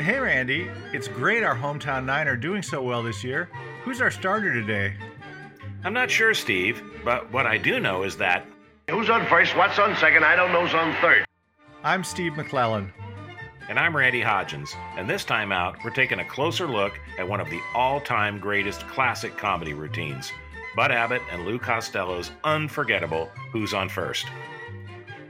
hey, Randy, it's great our hometown nine are doing so well this year. Who's our starter today? I'm not sure, Steve, but what I do know is that Who's on first? What's on second? I don't know who's on third. I'm Steve McClellan. And I'm Randy Hodgins, and this time out, we're taking a closer look at one of the all time greatest classic comedy routines Bud Abbott and Lou Costello's unforgettable Who's on First.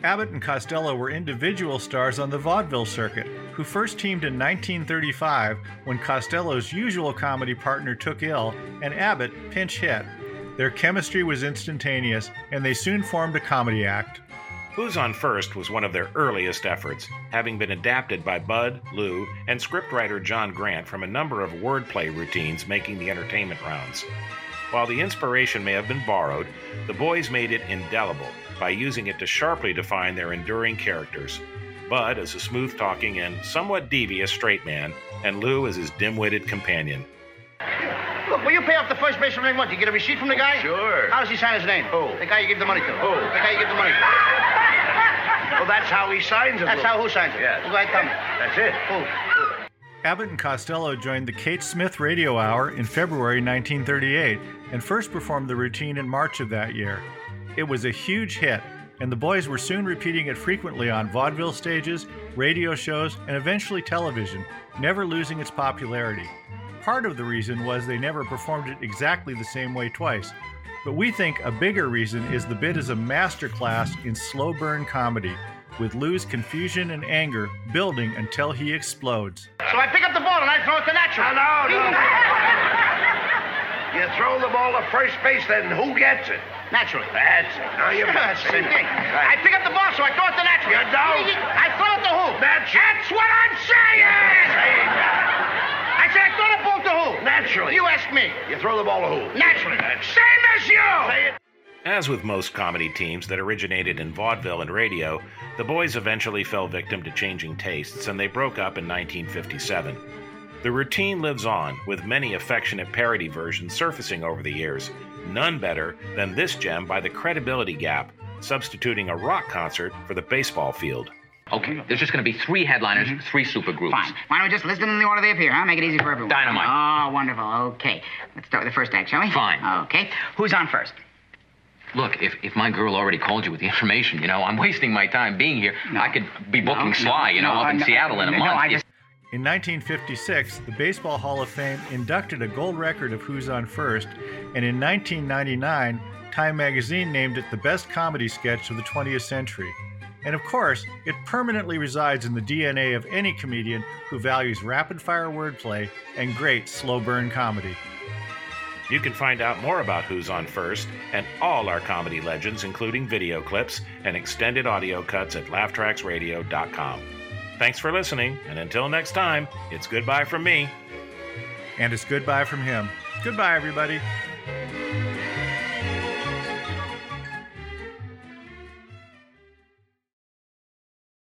Abbott and Costello were individual stars on the vaudeville circuit, who first teamed in 1935 when Costello's usual comedy partner took ill and Abbott pinch hit. Their chemistry was instantaneous, and they soon formed a comedy act. Who's on First was one of their earliest efforts, having been adapted by Bud, Lou, and scriptwriter John Grant from a number of wordplay routines making the entertainment rounds. While the inspiration may have been borrowed, the boys made it indelible by using it to sharply define their enduring characters. Bud as a smooth talking and somewhat devious straight man, and Lou as his dim witted companion. Look, will you pay off the first baseman every month? You get a receipt from the guy? Sure. How does he sign his name? Who? The guy you give the money to. Who? The guy you give the money to. Well, that's how he signs it. That's Lou. how who signs it? Yes. Well, Go ahead, tell me. That's it. Who? Abbott and Costello joined the Kate Smith Radio Hour in February 1938 and first performed the routine in March of that year. It was a huge hit, and the boys were soon repeating it frequently on vaudeville stages, radio shows, and eventually television, never losing its popularity. Part of the reason was they never performed it exactly the same way twice, but we think a bigger reason is the bit is a masterclass in slow burn comedy, with Lou's confusion and anger building until he explodes. So I pick up the ball and I throw it to Natural. No, no. you throw the ball to first base, then who gets it? Naturally. That's it. Now you've got it. Same thing. I Right. pick up the ball, so I throw it to Natural. You don't. I throw it to who? That's it. That's what I'm saying. Say that. I said I throw the ball to who? Naturally. You asked me. You throw the ball to who? Naturally. That's- Same as you. Say it. As with most comedy teams that originated in vaudeville and radio, the boys eventually fell victim to changing tastes and they broke up in 1957. The routine lives on, with many affectionate parody versions surfacing over the years, none better than this gem by the credibility gap, substituting a rock concert for the baseball field. Okay, there's just going to be three headliners, three supergroups. Mm-hmm. Fine. Why don't we just list them in the order they appear, huh? Make it easy for everyone. Dynamite. Oh, wonderful. Okay. Let's start with the first act, shall we? Fine. Okay. Who's on first? Look, if, if my girl already called you with the information, you know, I'm wasting my time being here. I could be booking no, Sly, you know, no, up in no, Seattle in a no, month. I If- just- In 1956, the Baseball Hall of Fame inducted a gold record of Who's on First, and in 1999, Time magazine named it the best comedy sketch of the 20th century. And of course, it permanently resides in the DNA of any comedian who values rapid fire wordplay and great slow burn comedy. You can find out more about Who's On First and all our comedy legends, including video clips and extended audio cuts at laughtracksradio.com. Thanks for listening, and until next time, it's goodbye from me. And it's goodbye from him. Goodbye, everybody.